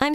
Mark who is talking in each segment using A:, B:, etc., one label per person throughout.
A: I'm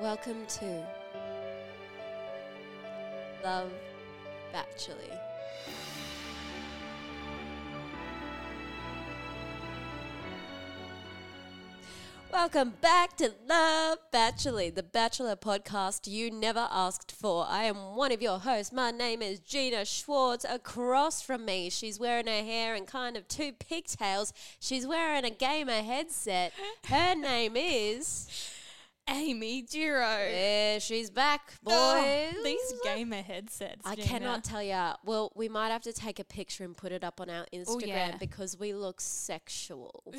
B: Welcome to Love Bachelor. Welcome back to Love Bachelor, the Bachelor podcast you never asked for. I am one of your hosts. My name is Gina Schwartz. Across from me, she's wearing her hair in kind of two pigtails. She's wearing a gamer headset. Her name is.
C: Amy Duro.
B: Yeah, she's back, boys.
C: these gamer headsets.
B: I
C: Gina.
B: cannot tell ya. Well, we might have to take a picture and put it up on our Instagram
C: Oh, yeah.
B: because we look sexual.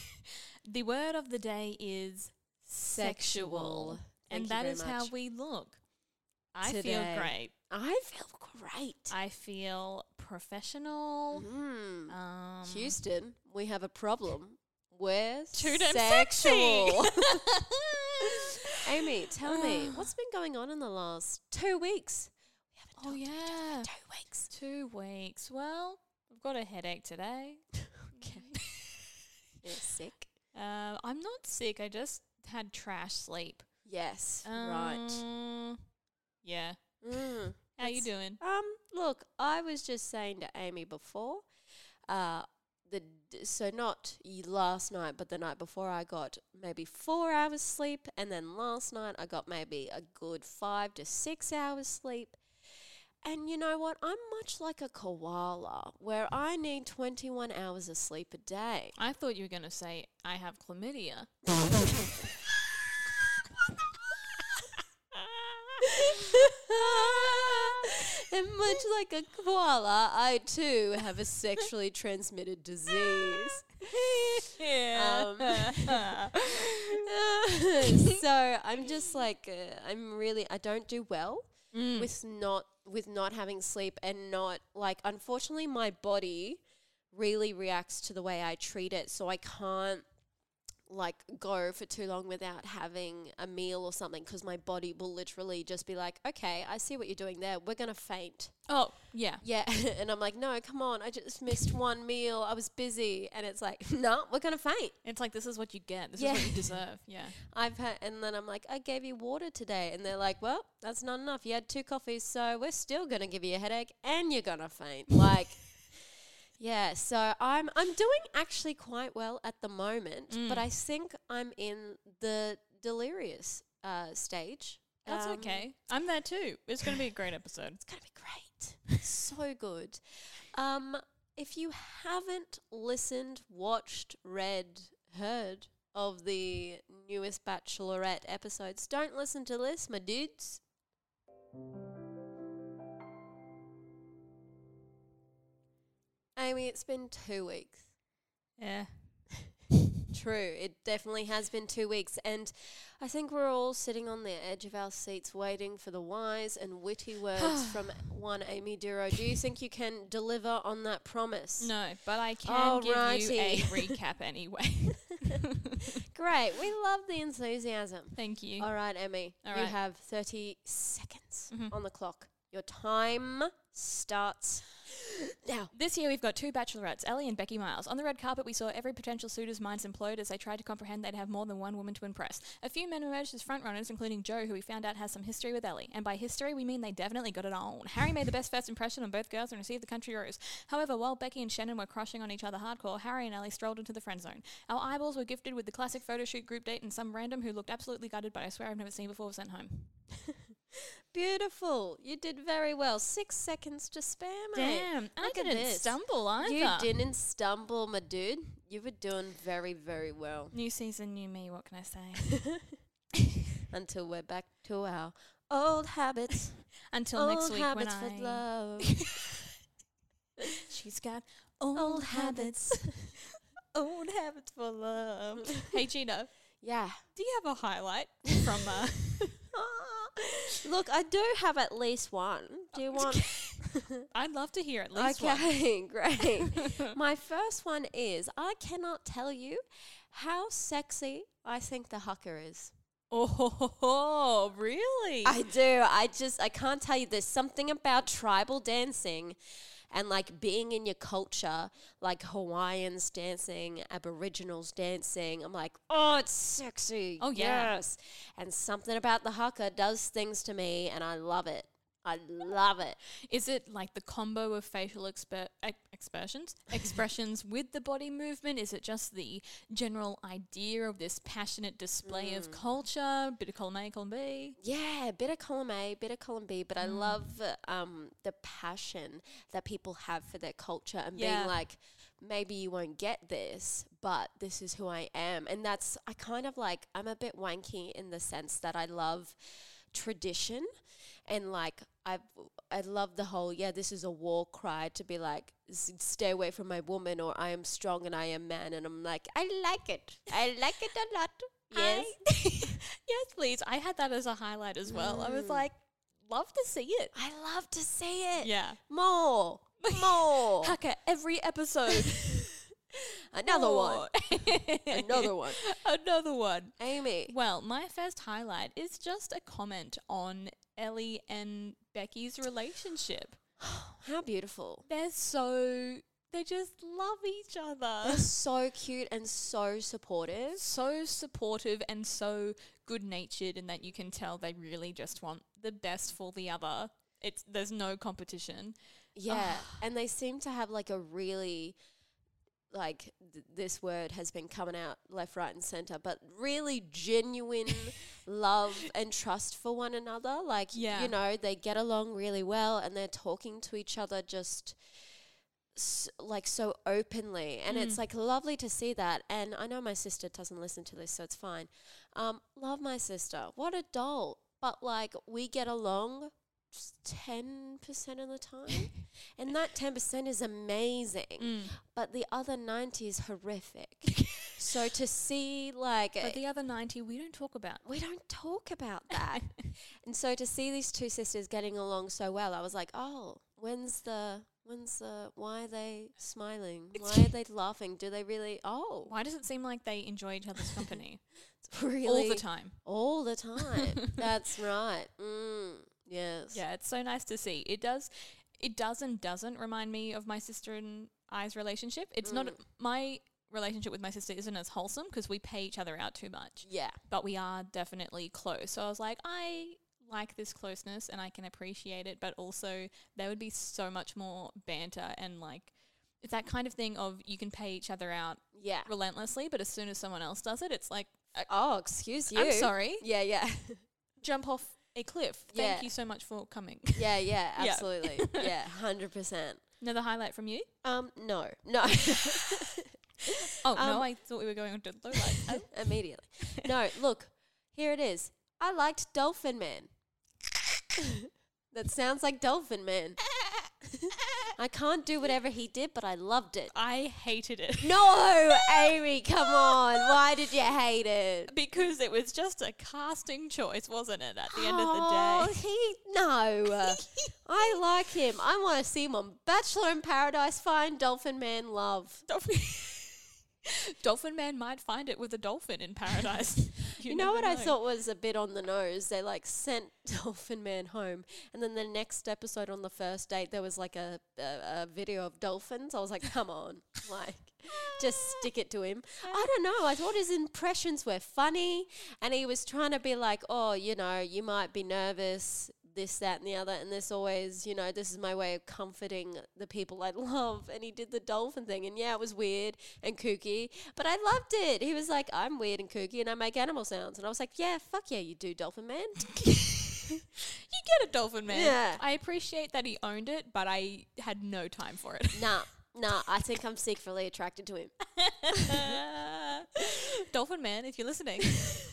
C: the word of the day is
B: Thank
C: sexual,
B: you
C: and that
B: very
C: is how
B: much.
C: we look. I
B: Today.
C: feel great.
B: I feel great.
C: I feel professional.
B: Mm.
C: Um,
B: Houston, we have a problem. We're
C: Too damn
B: sexual.
C: sexy.
B: Amy, tell me, what's been going on in the last two weeks?
C: oh yeah,
B: Two weeks.
C: two weeks. Well, I've got a headache today.
B: You're sick.
C: Uh, I'm not sick. I just had trash sleep.
B: Yes. right.
C: Um, Yeah.
B: Mm.
C: How you
B: That's-
C: doing?
B: Um, look, I was just saying to Amy before, uh, the d- so not y- last night, but the night before, I got maybe four hours sleep, and then last night I got maybe a good five to six hours sleep. And you know what? I'm much like a koala, where I need 21 hours of sleep a day.
C: I thought you were gonna say I have chlamydia.
B: and much like a koala, I too have a sexually transmitted disease. Um, so I'm just like uh, I'm really I don't do well with not with not having sleep and not like unfortunately my body really reacts to the way I treat it so I can't like go for too long without having a meal or something because my body will literally just be like okay I see what you're doing there we're gonna faint
C: oh yeah.
B: yeah and I'm like no come on I just missed one meal I was busy and it's like no we're gonna faint
C: It's like this is what you get. This
B: Yeah.
C: is what you deserve. Yeah.
B: I've had, and then I'm like, I gave you water today, and they're like, well, that's not enough. You had two coffees, so we're still gonna give you a headache, and you're gonna faint. Like, yeah. So I'm I'm doing actually quite well at the moment,
C: Mm.
B: but I think I'm in the delirious uh, stage.
C: That's
B: Um,
C: okay. I'm there too. It's going to be a great episode.
B: It's gonna be great. so good. Um, if you haven't listened, watched, read, heard of the newest Bachelorette episodes, don't listen to this, my dudes. Amy, it's been two weeks.
C: Yeah.
B: True, it definitely has been two weeks, and I think we're all sitting on the edge of our seats waiting for the wise and witty words from one Amy Duro. Do you think you can deliver on that promise?
C: No, but I can give you a
B: Alrighty.
C: recap anyway.
B: Great, we love the enthusiasm.
C: Thank you.
B: All right, Amy,
C: All
B: you
C: right. Mm-hmm.
B: have 30 seconds on the clock. Your time starts now.
C: This year we've got two bachelorettes, Ellie and Becky Miles. On the red carpet, we saw every potential suitor's minds implode as they tried to comprehend they'd have more than one woman to impress. A few men emerged as frontrunners, including Joe, who we found out has some history with Ellie. And by history, we mean they definitely got it on. Harry made the best first impression on both girls and received the country rose. However, while Becky and Shannon were crushing on each other hardcore, Harry and Ellie strolled into the friend zone. Our eyeballs were gifted with the classic photo shoot group date and some random who looked absolutely gutted, but I swear I've never seen before was sent home.
B: Beautiful. You did very well. Six seconds to spare, mate.
C: Damn, I
B: Look at
C: didn't
B: this.
C: stumble
B: You
C: either.
B: didn't stumble, my dude. You were doing very, very well
C: New season, new me, what can I say?
B: until we're back to our old habits.
C: Until
B: old
C: next week when
B: habits for
C: I
B: love.
C: She's got old habits. old habits for love. hey, Gina,
B: Yeah.
C: do you have a highlight from uh,
B: Look, I do have at least one. Do you want?
C: I'd love to hear at least one.
B: Okay, great. My first one is I cannot tell you how sexy I think the hooker is.
C: Oh, ho, ho, ho, really?
B: I do. I just I can't tell you. There's something about tribal dancing and like being in your culture, like Hawaiians dancing, Aboriginals dancing. I'm like, oh, it's sexy.
C: Oh, yeah.
B: Yes. And something about the haka does things to me, and I love it. I love it.
C: Is it like the combo of facial exper- ex- expressions, expressions with the body movement? Is it just the general idea of this passionate display of
B: Mm.
C: culture? Bit of column A, column B.
B: Yeah, a bit of column A, bit of column B, but I
C: Mm.
B: love um, the passion that people have for their culture and
C: Yeah.
B: being like, maybe you won't get this, but this is who I am. And that's, I kind of like, I'm a bit wanky in the sense that I love tradition and like, I've, I love the whole, yeah, this is a war cry to be like, "S- stay away from my woman or I am strong and I am man. And I'm like, I like it. I like it a lot. Yes.
C: I- yes, please. I had that as a highlight as well. I was like, love to see it.
B: Mm. I love to see it.
C: Yeah.
B: More. More.
C: Haka every episode.
B: Uh, Another one.
C: one.
B: Another one.
C: Another one.
B: Amy.
C: Well, my first highlight is just a comment on Ellie and Becky's relationship.
B: How beautiful.
C: They're so they just love each
B: They're
C: other.
B: so cute and so supportive.
C: so supportive and so good-natured and that you can tell they really just want the best for the other. It's there's no competition.
B: Yeah. and they seem to have like a really like th- this word has been coming out left right and center but really genuine love and trust for one another like
C: Yeah.
B: you know they get along really well and they're talking to each other just s- like so openly and it's like lovely to see that and i know my sister doesn't listen to this so it's fine um love my sister what a doll but like we get along just 10% of the time and that 10% is amazing
C: Mm.
B: but the other 90 is horrific so to see like
C: But the other 90 we don't talk about.
B: we don't talk about that and so to see these two sisters getting along so well i was like oh when's the when's the why are they smiling why are they laughing do they really oh
C: Why does it seem like they enjoy each other's company
B: really
C: all the time?
B: all the time that's right mm, yes
C: Yeah, it's so nice to see. It does it does and doesn't remind me of my sister and I's relationship. It's not
B: Mm.
C: my relationship with my sister isn't as wholesome because we pay each other out too much.
B: yeah
C: But we are definitely close. So I was like, I like this closeness and I can appreciate it, but also there would be so much more banter and like it's that kind of thing of you can pay each other out
B: yeah
C: relentlessly, but as soon as someone else does it, it's like I
B: oh excuse you
C: I'm sorry.
B: yeah yeah
C: jump off a cliff. Thank
B: Yeah.
C: you so much for coming.
B: yeah yeah
C: Yeah.
B: absolutely yeah 100%
C: Another highlight from you?
B: um no no Um,
C: Oh no, I thought we were going on to lowlight.
B: oh, immediately. No, look, here it is. I liked Dolphin Man. that sounds like Dolphin Man. I can't do whatever he did, but I loved it.
C: I hated it
B: No, Amy, come on. Why did you hate it?
C: because it was just a casting choice, wasn't it? At the end
B: oh,
C: of the day,
B: he no. I like him. I want to see him on Bachelor in Paradise. Find Dolphin Man love.
C: dolphin, Dolphin Man might find it with a dolphin in paradise.
B: You know
C: never
B: what I thought was a bit on the nose? They like sent Dolphin Man home, and then the next episode on the first date, there was like a a, a video of dolphins. I was like, come on, like just stick it to him. I don't know. I thought his impressions were funny, and he was trying to be like, oh, you know, you might be nervous. This, that, and the other, and this always, you know, this is my way of comforting the people I love. And he did the dolphin thing, and yeah, it was weird and kooky, but I loved it. He was like, I'm weird and kooky, and I make animal sounds, and I was like, yeah, fuck yeah, you do, dolphin man.
C: You get a Dolphin Man.
B: Yeah.
C: I appreciate that he owned it, but I had no time for it.
B: nah, nah, I think I'm secretly attracted to him.
C: dolphin Man, if you're listening,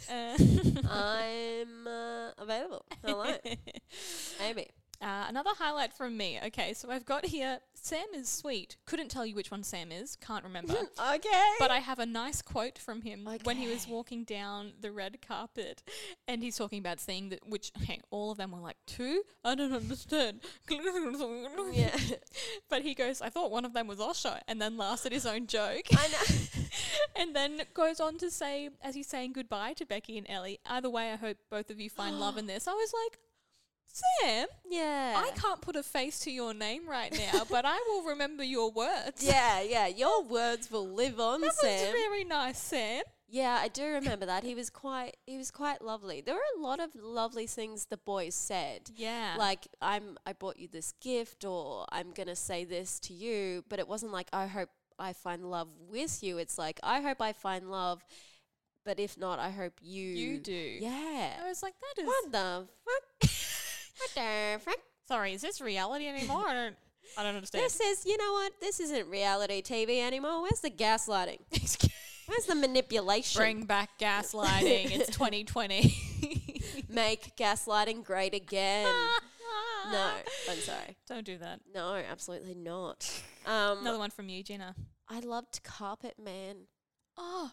C: uh,
B: I'm uh, available. Hello, Amy.
C: Uh, another highlight from me. Okay, so I've got here Sam is sweet. Couldn't tell you which one Sam is. Can't remember.
B: Okay.
C: But I have a nice quote from him when he was
B: Okay.
C: walking down the red carpet, and he's talking about seeing that. Which hang, all of them were like two. I don't understand. yeah, but he goes. I thought one of them was Osha, and then laughs at his own joke.
B: I know.
C: And then goes on to say, as he's saying goodbye to Becky and Ellie, either way, I hope both of you find love in this. I was like, Sam,
B: yeah.
C: I can't put a face to your name right now, but I will remember your words.
B: Yeah, yeah. Your words will live on,
C: That was
B: Sam.
C: very nice, Sam.
B: Yeah, I do remember that. He was quite he was quite lovely. There were a lot of lovely things the boys said.
C: Yeah.
B: Like I'm I bought you this gift or I'm going to say this to you, but it wasn't like I hope I find love with you. It's like I hope I find love, but if not, I hope you
C: You do. I
B: Yeah.
C: was like, that is.
B: What the fuck? what the fuck?
C: Sorry, is this reality anymore? I don't. I don't understand.
B: This is, you know what? This isn't reality TV anymore. Where's the gaslighting? Where's the manipulation?
C: Bring back gaslighting. it's 2020.
B: Make gaslighting great again. no, I'm sorry.
C: Don't do that.
B: No, absolutely not. Um,
C: Another one from you, Gina.
B: I loved Carpet Man.
C: Oh,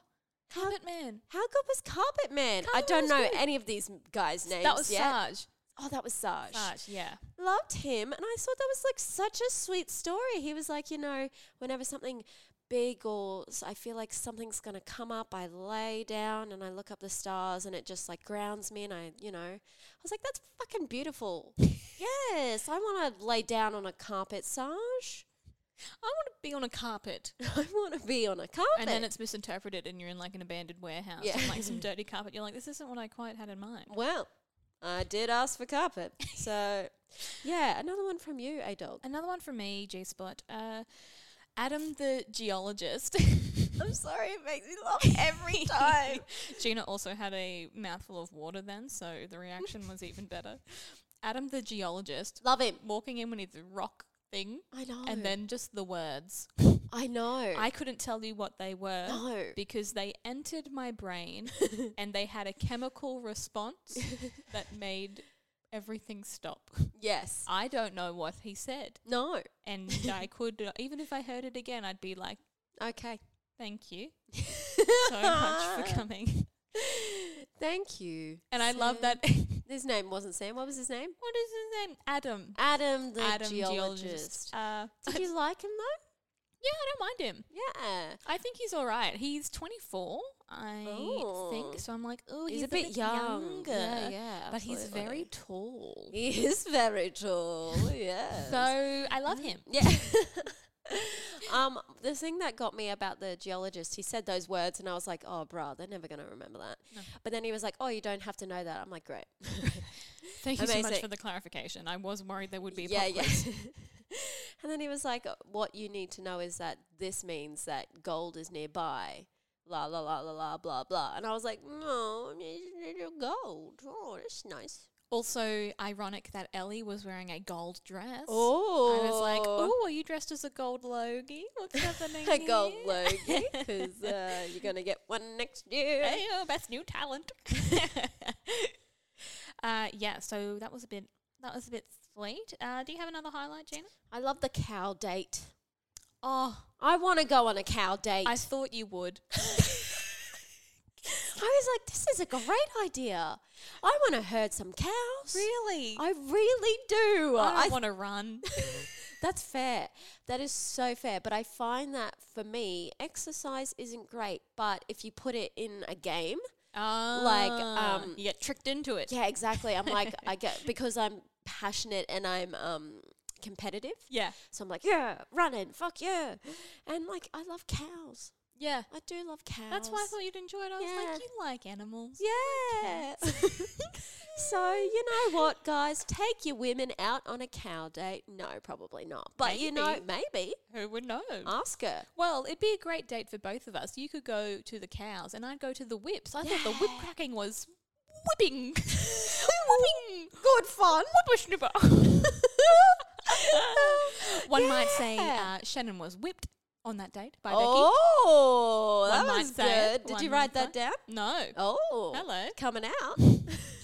B: How-
C: Carpet Man.
B: How good was Carpet Man? I
C: Carpet
B: don't
C: was
B: know
C: good.
B: any of these guys' names.
C: That was
B: yet.
C: Sarge.
B: Oh, that was Sarge.
C: Sarge, yeah.
B: Loved him, and I thought that was like such a sweet story. He was like, you know, whenever something big or s- I feel like something's gonna come up, I lay down and I look up the stars, and it just like grounds me. And I, you know, I was like, that's fucking beautiful. yes, I want to lay down on a carpet, Sarge.
C: I want to be on a carpet.
B: I want to be on a carpet.
C: And then it's misinterpreted, and you're in like an abandoned warehouse,
B: Yeah.
C: and like some dirty carpet. You're like, this isn't what I quite had in mind.
B: well, I did ask for carpet, so yeah, another one from you, a dog.
C: Another one from me, G Spot. Uh, Adam the geologist.
B: I'm sorry, it makes me laugh every time.
C: Gina also had a mouthful of water then, so the reaction was even better. Adam the geologist
B: Love him.
C: walking in when he's a rock thing,
B: I know.
C: and then just the words.
B: I know.
C: I couldn't tell you what they were
B: No.
C: because they entered my brain and they had a chemical response that made everything stop.
B: yes.
C: I don't know what he said.
B: no.
C: And I could, uh, even if I heard it again, I'd be like,
B: Okay.
C: thank you so much for coming.
B: Thank you.
C: And I love
B: Sam.
C: that. what is his
B: His name wasn't Sam. What was his name?
C: name? Adam.
B: Adam the
C: Adam
B: geologist.
C: geologist. Uh,
B: Did you like him though?
C: yeah, I don't mind him.
B: Yeah.
C: I think he's all right. He's 24, I
B: Oh.
C: think. So I'm like, oh,
B: He's
C: he's,
B: a bit young.
C: younger.
B: Yeah, yeah,
C: but he's
B: absolutely.
C: very tall.
B: He is very tall. Yeah.
C: So I love him.
B: Yeah. um, the thing that got me about the geologist, he said those words, and I was like, "Oh, bruh, they're never gonna remember that." But then he was like, "Oh, you don't have to know that." I'm like, "Great."
C: Thank you so
B: Amazing.
C: much for the clarification. I was worried there would be a
B: yeah,
C: yeah,
B: yeah. and then he was like, "Uh, "What you need to know is that this means that gold is nearby." La la la la la blah blah. And I was like, "No, it's little gold. Oh, that's nice."
C: Also ironic that Ellie was wearing a gold dress.
B: Oh,
C: I was like, oh, are you dressed as a gold logie? What's happening
B: a gold
C: here?"
B: logie because uh, you're gonna get one next year.
C: Hey, oh, best new talent. uh, yeah, so that was a bit that was a bit sweet. Uh, do you have another highlight, Gina?
B: I love the cow date.
C: Oh,
B: I want to go on a cow date. I,
C: I thought you would.
B: was like, this is a great idea. I want to herd some cows.
C: really? I,
B: I really do.
C: don't
B: I
C: want to run.
B: that's fair. That is so fair. But I find that for me, exercise isn't great. But if you put it in a game,
C: Ah,
B: um,
C: you get tricked into it.
B: yeah, exactly. I'm like, I get because I'm passionate and I'm um, competitive.
C: yeah,
B: So I'm like, yeah, running, fuck yeah. And like, I love cows.
C: yeah.
B: I do love cows.
C: That's why I thought you'd enjoy it. I was
B: Yeah.
C: like, you like animals.
B: Yeah. so you know what, guys? Take your women out on a cow date. No, probably not. But you know, maybe
C: Who would know?
B: ask her.
C: well, it'd be a great date for both of us. You could go to the cows, and I'd go to the whips. I thought the whip cracking was whipping, whipping,
B: Good fun.
C: whipper snipper. One might say
B: Yeah.
C: uh, Shannon was whipped On That Date by Becky.
B: Oh,
C: One
B: that
C: might
B: was
C: say it,
B: good. Did
C: one
B: you write that
C: might
B: down?
C: No.
B: Oh,
C: Hello.
B: coming out.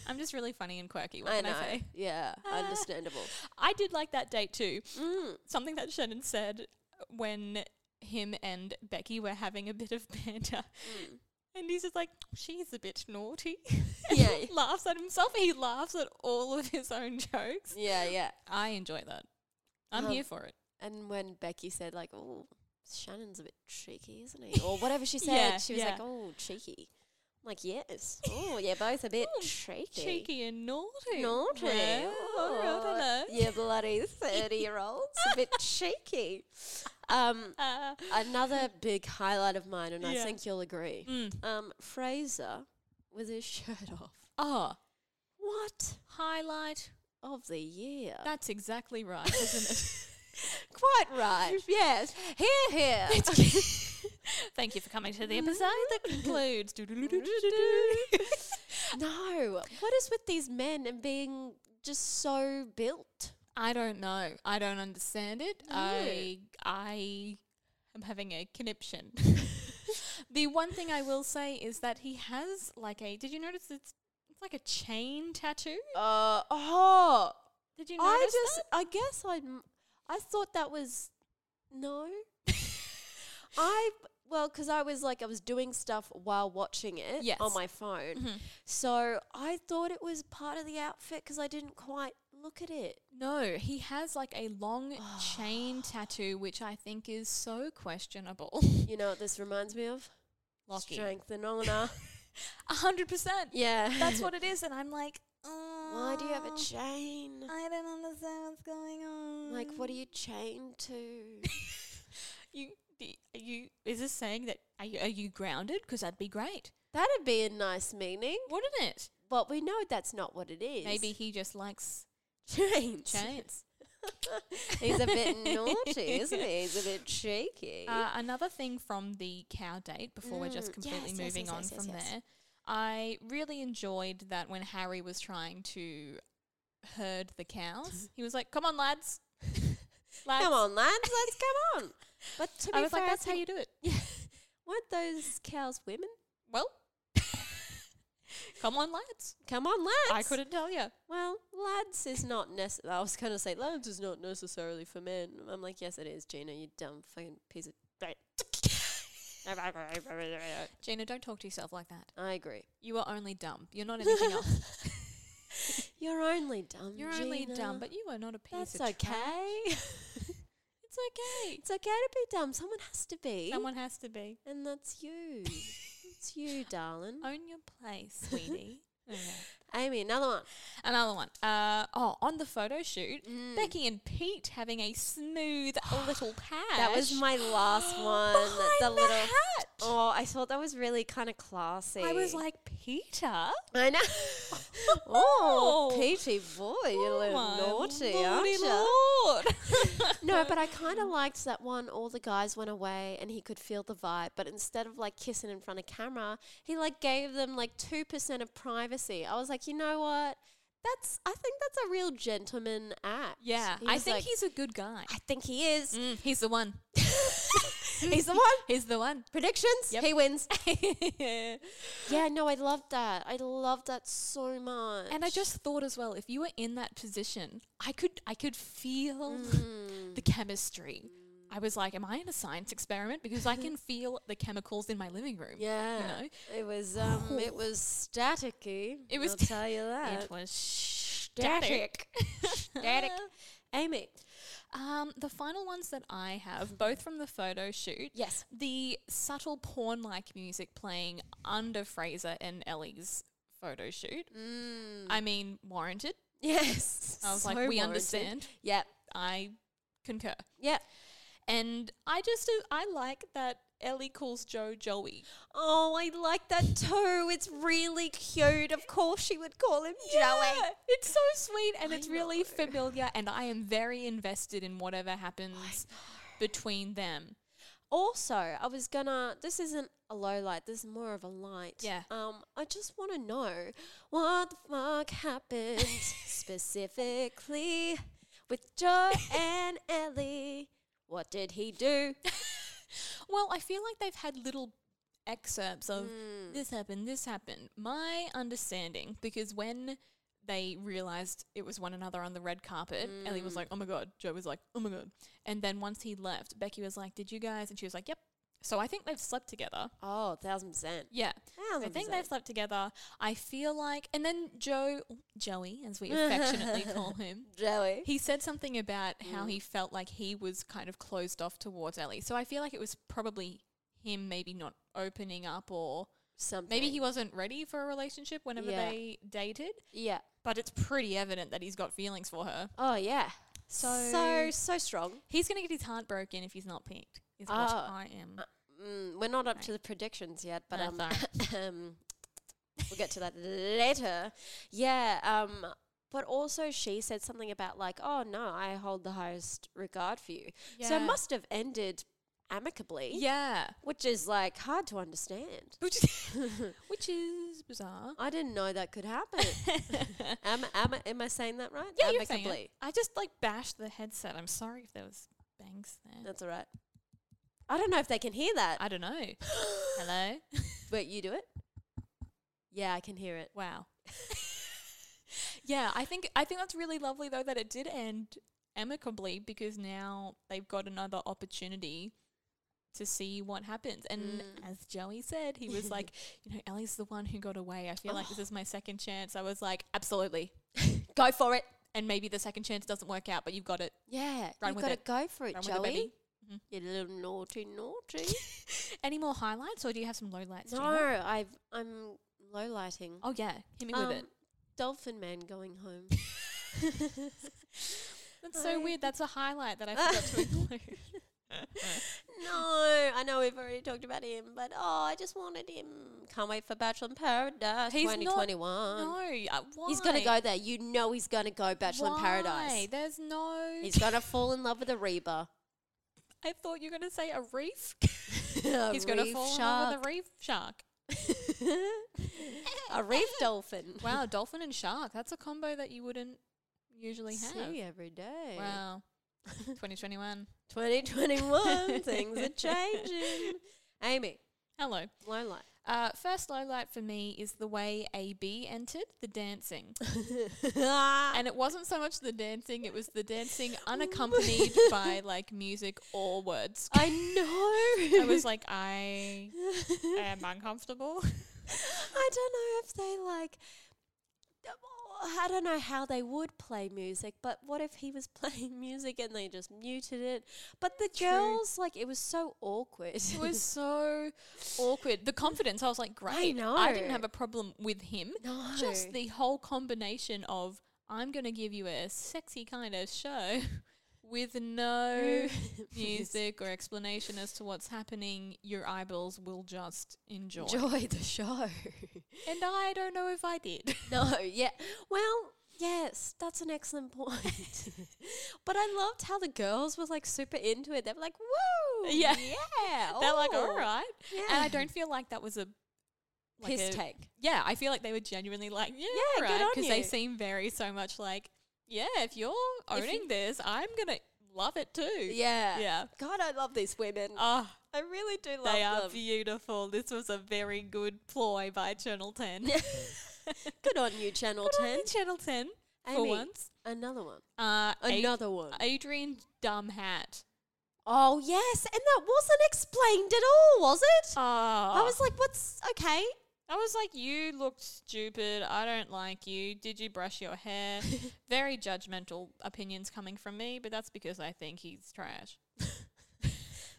C: I'm just really funny and quirky. What
B: I
C: can
B: know.
C: I say? Ah.
B: Yeah, understandable.
C: I did like that date too.
B: Mm.
C: Something that Shannon said when him and Becky were having a bit of banter.
B: Mm.
C: And he's just like, she's a bit naughty. And
B: Yeah.
C: laughs at himself. He laughs at all of his own jokes.
B: Yeah, yeah.
C: I enjoy that. I'm
B: Um,
C: here for it.
B: And when Becky said like, "Oh, Shannon's a bit cheeky, isn't he?" or whatever she said,
C: Yeah,
B: she was like,
C: yeah.
B: "Oh, cheeky." I'm like, yes. Oh, you're both a bit
C: Ooh,
B: cheeky.
C: Cheeky and naughty.
B: Naughty.
C: Yeah,
B: Oh,
C: alright, hello.
B: You bloody 30 year olds. A bit cheeky. Um,
C: Uh,
B: another big highlight of mine, and I
C: Yeah.
B: think you'll agree
C: Mm.
B: um, Fraser with his shirt off.
C: oh,
B: What?
C: highlight.
B: Of the year.
C: That's exactly right, isn't it?
B: Quite right. Yes. Here, here.
C: Thank you for coming to the episode that concludes.
B: no. What is with these men and being just so built?
C: I don't know. I don't understand it.
B: No.
C: I I am having a conniption. the one thing I will say is that he has like a. Did you notice it's it's like a chain tattoo?
B: Uh, oh.
C: Did you
B: I
C: notice
B: just, I guess I, m- I thought that was no. I well, because I was like, I was doing stuff while watching it
C: Yes. Mm-hmm.
B: on my phone, so I thought it was part of the outfit because I didn't quite look at it.
C: No, he has like a long
B: Ah.
C: chain tattoo, which I think is so questionable.
B: You know what this reminds me of?
C: Lockie.
B: Strength and honor.
C: A hundred percent.
B: yeah,
C: That's what it is, and I'm like,
B: Why do you have a
C: "Oh,
B: chain?
C: I don't understand what's going on.
B: Like, what are you chained to?
C: You, d- are you is this saying that are you, are you grounded? Because that'd be great,
B: That'd be a nice meaning,
C: wouldn't it?
B: but we know that's not what it is.
C: Maybe he just likes
B: chains.
C: chains.
B: He's a bit naughty, isn't he? He's a bit cheeky.
C: Uh, another thing from the cow date before we're just
B: Mm,
C: completely
B: yes, yes,
C: moving
B: yes,
C: on
B: yes, yes,
C: from
B: yes.
C: there. I really enjoyed that when Harry was trying to herd the cows, he was like, "Come on, lads,
B: Mm-hmm.
C: lads,
B: come on, lads, let's come on. But to be
C: I was
B: fair,
C: like, "That's
B: I
C: how you
B: think-
C: do it."
B: weren't those cows women?
C: Well, come on, lads.
B: Come on, lads.
C: I couldn't tell you.
B: Well, lads is not necessary. I was going to say lads is not necessarily for men. I'm like, yes, it is, Gina. You dumb fucking piece of.
C: Gina, don't talk to yourself like that.
B: I agree.
C: You are only dumb. You're not anything else.
B: You're only dumb.
C: You're only dumb,
B: Gina.
C: but you are not a piece
B: that's
C: of trash.
B: okay.
C: It's okay.
B: it's okay to be dumb. Someone has to be,
C: Someone has to be.
B: and that's you. it's you, darling.
C: Own your place, sweetie. Okay.
B: Amy, another one.
C: Another one. Uh, oh, on the photo shoot,
B: Mm.
C: Becky and Pete having a smooth little patch.
B: That was my last one.
C: Behind
B: the
C: the
B: little
C: hat.
B: Oh, I thought that was really kind of classy.
C: I was like, Peter?
B: I know. oh, peachy boy, you
C: Oh
B: little
C: my
B: naughty,
C: lordy
B: aren't you?
C: lord.
B: No, but I kind of liked that one. All the guys went away, and he could feel the vibe. But instead of like kissing in front of camera, he like gave them like two percent of privacy. I was like, you know what? That's I think that's a real gentleman act.
C: yeah,
B: He
C: I
B: was
C: think
B: like,
C: he's a good guy.
B: I think he is.
C: Mm, he's the one.
B: He's the one.
C: He's the one.
B: Predictions.
C: Mm. Yep.
B: He wins. Yeah, no, I loved that. I loved that so much.
C: And I just thought as well, if you were in that position, I could I could feel
B: Mm.
C: the chemistry. I was like, am I in a science experiment? Because I can feel the chemicals in my living room.
B: yeah,
C: You know?
B: it was um, it was staticky.
C: It was
B: I'll tell you that.
C: It was static.
B: Static. Amy.
C: um, the final ones that I have, both from the photo shoot.
B: Yes.
C: The subtle porn like music playing under Fraser and Ellie's photo shoot. I mean, warranted.
B: Yes.
C: I was like, we understand.
B: Yep.
C: I concur.
B: Yep.
C: And I just I like that Ellie calls Joe Joey.
B: Oh, I like that too. It's really cute. Of course, she would call him Joey.
C: It's so sweet and
B: I
C: it's really
B: know.
C: familiar and I am very invested in whatever happens between them.
B: Also, I was gonna. This isn't a low light. This is more of a light.
C: Yeah.
B: Um, I just want to know what the fuck happened specifically with Joe and Ellie. What did he do?
C: Well, I feel like they've had little excerpts of this happened, this happened. My understanding, because when they realized it was one another on the red carpet, Ellie was like, oh my God. Joe was like, oh my God. And then once he left, Becky was like, did you guys? And she was like, yep. So I think they've slept together.
B: Oh, thousand percent.
C: Yeah. I
B: Thousand
C: think they've
B: percent.
C: slept together. I feel like, and then Joe, Joey, as we affectionately call him,
B: Joey.
C: he said something about how
B: Mm.
C: he felt like he was kind of closed off towards Ellie. So I feel like it was probably him maybe not opening up or
B: Something.
C: maybe he wasn't ready for a relationship whenever
B: Yeah.
C: they dated.
B: Yeah.
C: But it's pretty evident that he's got feelings for her.
B: Oh yeah. so
C: So-
B: so strong.
C: He's going to get his heart broken if he's not picked, is what
B: Oh.
C: I am.
B: Mm, we're not up to the predictions yet, but
C: No,
B: um, um, we'll get to that later. Yeah. Um, but also she said something about like, oh no, I hold the highest regard for you. So
C: Yeah.
B: it must have ended amicably.
C: yeah.
B: Which is like hard to understand.
C: Which is, which is bizarre.
B: I didn't know that could happen. am, am, I- am I saying that right?
C: Yeah, you're
B: Amicably.
C: saying it. I just like bashed the headset. I'm sorry if there was bangs there.
B: That's all right. I don't know if they can hear that.
C: I don't know. Hello.
B: Wait, you do it? Yeah, I can hear it.
C: wow. yeah, I think I think that's really lovely though that it did end amicably because now they've got another opportunity to see what happens. And
B: Mm.
C: as Joey said, he was like, you know, Ellie's the one who got away. I feel like
B: Oh.
C: this is my second chance. I was like, absolutely.
B: Go for it.
C: And maybe the second chance doesn't work out, but you've got it.
B: Yeah,
C: Run
B: you've
C: with
B: got to
C: it.
B: go for it,
C: Run with it,
B: Joey.
C: baby.
B: You little naughty, naughty.
C: Any more highlights or do you have some lowlights?
B: no,
C: Gina?
B: I've I'm low lighting.
C: Oh yeah, hit me with it.
B: Um, Dolphin man going home.
C: That's so weird. That's a highlight that I forgot to include.
B: no, I know we've already talked about him, but oh, I just wanted him. Can't wait for Bachelor in Paradise
C: He's not-
B: 2021.
C: No, uh, why?
B: Um, He's gonna go there. You know he's gonna go Bachelor in
C: Why?
B: Paradise.
C: There's no.
B: He's gonna fall in love with a Reba.
C: I thought you were gonna say a reef.
B: A
C: He's gonna
B: reef
C: fall in love
B: shark.
C: with a reef shark.
B: a reef dolphin.
C: Wow, dolphin and shark. That's a combo that you wouldn't usually have.
B: See every day.
C: Wow. 2021.
B: 2021, things are changing. Amy,
C: Hello.
B: low light.
C: Uh, first low light for me is the way AB entered the dancing. and it wasn't so much the dancing, it was the dancing unaccompanied by like music or words.
B: I know.
C: I was like, I am uncomfortable.
B: I don't know if they like. I don't know how they would play music, but what if he was playing music and they just muted it? But the
C: True.
B: girls, like, it was so awkward.
C: It was so awkward. The confidence, I was like, great. didn't
B: know.
C: have a problem with him.
B: No.
C: Just the whole combination of, I'm going to give you a sexy kind of show with no music or explanation as to what's happening. Your eyeballs will just enjoy.
B: Enjoy the show.
C: And I don't know if I did.
B: no, yeah. Well, yes, that's an excellent point. but I loved how the girls were like super into it. They were like, woo!
C: Yeah.
B: Yeah.
C: They're like,
B: oh."
C: all right. And
B: Yeah.
C: I don't feel like that was a like
B: Piss
C: a-
B: take.
C: Yeah, I feel like they were genuinely like, yeah,
B: Yeah, good on
C: because they
B: you.
C: seem very so much like, yeah, if you're owning this, I'm gonna love it too.
B: Yeah.
C: yeah.
B: God, I love these women.
C: Oh,
B: I really do love
C: they are
B: them.
C: beautiful. This was a very good ploy by Channel Ten.
B: Good on you, Channel
C: Good on
B: 10.
C: you, Channel Ten for
B: Amy,
C: once.
B: Another one.
C: Uh, Ad-
B: Another one.
C: Adrian dumb hat.
B: Oh, yes. And that wasn't explained at all, was it?
C: Oh,
B: I was like, what's okay?
C: I was like, you look stupid. I don't like you. Did you brush your hair? Very judgmental opinions coming from me, but that's because I think he's trash.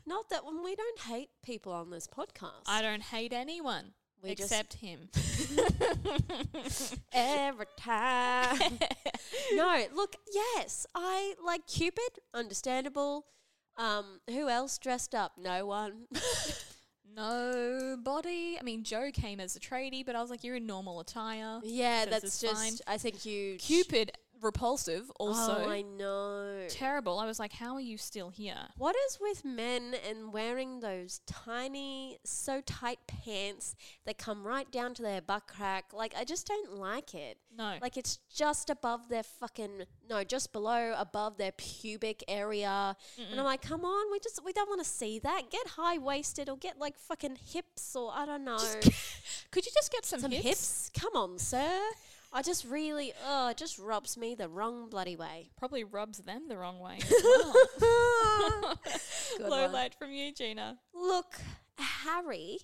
B: Not that one. We don't hate people on this podcast.
C: I don't hate anyone
B: We just-
C: except him.
B: Every time. no, look, yes. I like Cupid. Understandable. Um, who else dressed up? No one.
C: Nobody. I mean, Joe came as a tradie, but I was like, you're in normal attire.
B: yeah,
C: This
B: that's
C: is
B: just.
C: fine.
B: I think you.
C: Cupid repulsive, also
B: oh, I know.
C: terrible. I was like, how are you still here?
B: What is with men and wearing those tiny, so tight pants that come right down to their butt crack? Like, I just don't like it.
C: No.
B: Like, it's just above their fucking, no, just below, above their pubic area. And I'm like, come on, we just, we don't want to see that. Get high waisted or get like fucking hips or I don't know.
C: Could you just get some,
B: Some
C: hips?
B: hips? Come on, sir. I just really, oh, it just rubs me the wrong bloody way.
C: Probably rubs them the wrong way. as well.
B: Good
C: Low
B: one.
C: light from you, Gina.
B: Look, Harry,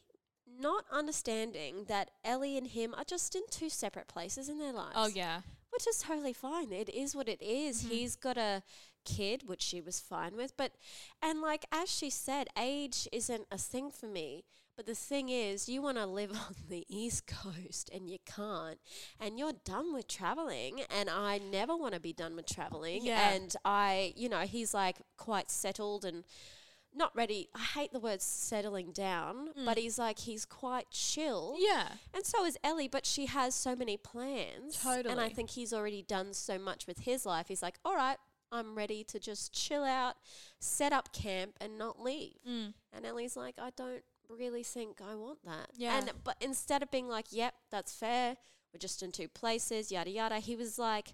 B: not understanding that Ellie and him are just in two separate places in their lives.
C: Oh yeah,
B: Which is totally fine. It is what it is.
C: Mm-hmm.
B: He's got a kid, which she was fine with. But, and like, as she said, age isn't a thing for me. But the thing is, you want to live on the East Coast and you can't. And you're done with traveling. And I never want to be done with traveling.
C: Yeah.
B: And I, you know, he's like quite settled and not ready. I hate the word settling down, but he's like, he's quite chill.
C: Mm. yeah.
B: And so is Ellie, but she has so many plans. And I
C: Totally.
B: think he's already done so much with his life. He's like, all right, I'm ready to just chill out, set up camp, and not leave.
C: Mm.
B: And Ellie's like, I don't really think I want that.
C: Yeah.
B: And but instead of being like, yep, that's fair. We're just in two places, yada yada. He was like,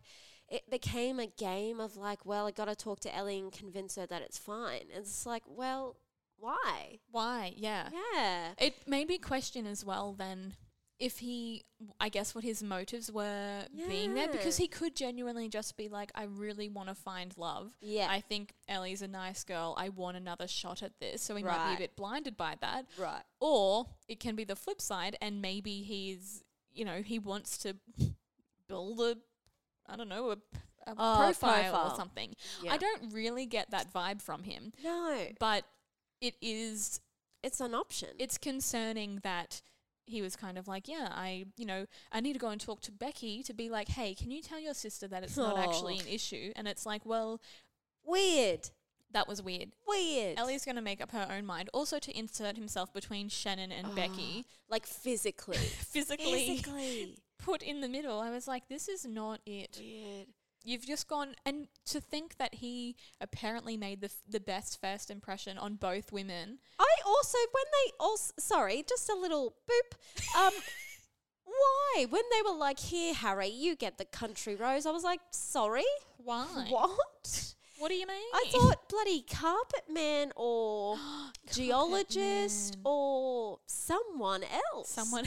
B: it became a game of like, well, I got to talk to Ellie and convince her that it's fine. And it's like, well, why?
C: Why? Yeah.
B: Yeah.
C: It made me question as well then if he, I guess, what his motives were being there because
B: Yeah.
C: he could genuinely just be like, I really want to find love.
B: Yeah.
C: I think Ellie's a nice girl. I want another shot at this. So he might be
B: Right.
C: a bit blinded by that.
B: Right.
C: Or it can be the flip side and maybe he's, you know, he wants to build a, I don't know, a, a
B: Oh,
C: profile, or
B: profile.
C: something.
B: Yeah.
C: I don't really get that vibe from him.
B: No,
C: But it is
B: it's an option.
C: it's concerning that he was kind of like, yeah, I, you know, I need to go and talk to Becky to be like, hey, can you tell your sister that it's not actually
B: Aw.
C: an issue? And it's like, well,
B: Weird.
C: that was weird.
B: Weird.
C: Ellie's going to make up her own mind. Also, to insert himself between Shannon and
B: Ah,
C: Becky,
B: like physically.
C: physically
B: physically.
C: put in the middle, I was like, this is not it.
B: Weird.
C: You've just gone, and to think that he apparently made the, f- the best first impression on both women.
B: I also when they also sorry, just a little boop. Um why? When they were like, here, Harry, you get the country rose, I was like, sorry?
C: Why?
B: What?
C: What do you mean?
B: I thought bloody carpet man or geologist
C: man.
B: or someone else.
C: someone,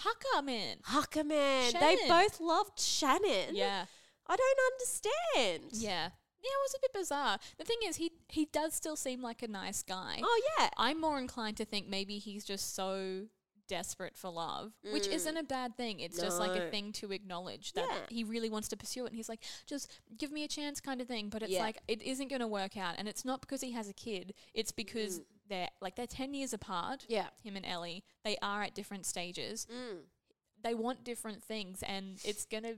C: Hucker man.
B: Hucker man. They
C: Shannon.
B: both loved Shannon.
C: Yeah.
B: I don't understand.
C: Yeah. Yeah, it was a bit bizarre. The thing is, he he does still seem like a nice guy.
B: Oh yeah.
C: I'm more inclined to think maybe he's just so desperate for love, which isn't a bad thing. It's just like a
B: Mm. No.
C: thing to acknowledge that
B: Yeah.
C: he really wants to pursue it. And he's like, just give me a chance kind of thing. But it's
B: Yeah.
C: like, it isn't going to work out. And it's not because he has a kid. It's because they're like, they're 10 years apart.
B: Mm. Yeah.
C: Him and Ellie. They are at different stages.
B: Mm.
C: They want different things. And it's going to,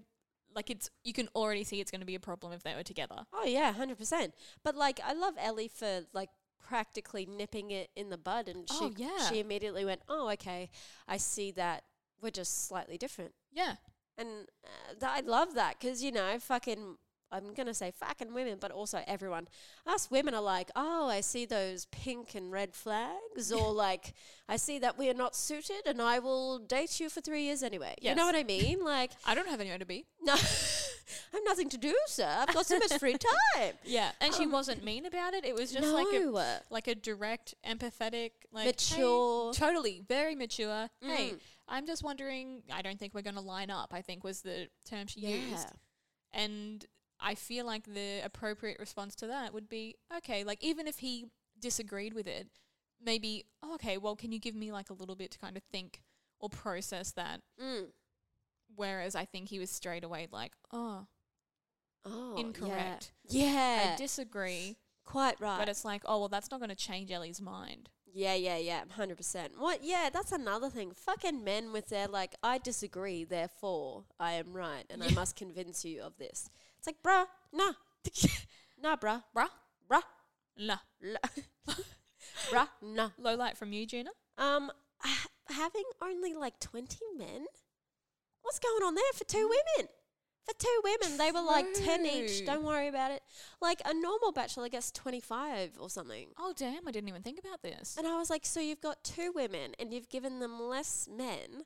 C: like, it's, you can already see it's going to be a problem if they were together.
B: Oh yeah, hundred percent. But like, I love Ellie for like practically nipping it in the bud, and she
C: Oh, yeah.
B: she immediately went, "Oh, okay, I see that we're just slightly different."
C: Yeah.
B: And uh, th- I love that because you know, fucking, I'm gonna say fucking women, but also everyone. Us women are like, "Oh, I see those pink and red flags," or like, "I see that we are not suited, and I will date you for three years anyway." You know
C: Yes.
B: what I mean? Like,
C: I don't have anywhere to be.
B: no. I have nothing to do, sir. I've got so much free time. Um,
C: Yeah, and she wasn't mean about it. It was just like
B: No.
C: a like a direct, empathetic, like hey-
B: Mature. Mm.
C: totally very mature. Hey, I'm just wondering. I don't think we're going to line up. I think was the term she used, and I feel like the appropriate response to that would be okay. Like even if he disagreed with it, maybe "Oh, okay. Well, can you give me like a little bit to kind of think or process that?
B: Mm.
C: Whereas I think he was straight away like, oh,
B: Oh,
C: Incorrect.
B: Yeah,
C: I disagree.
B: quite right.
C: But it's like, oh well, that's not going to change Ellie's mind.
B: yeah, yeah, yeah, hundred percent. What? Yeah, that's another thing. Fucking men with their like, I disagree, therefore I am right, and I must convince you of this. It's like, bruh, nah, nah, bruh,
C: Bruh,
B: bruh,
C: nah.
B: la- bruh, nah.
C: Low light from you, Gina.
B: Um, h- having only like twenty men. What's going on there for two women? For two women, they were like 10 each.
C: True.
B: Don't worry about it. Like a normal bachelor gets 25 or something.
C: Oh damn! I didn't even think about this.
B: And I was like, so you've got two women and you've given them less men,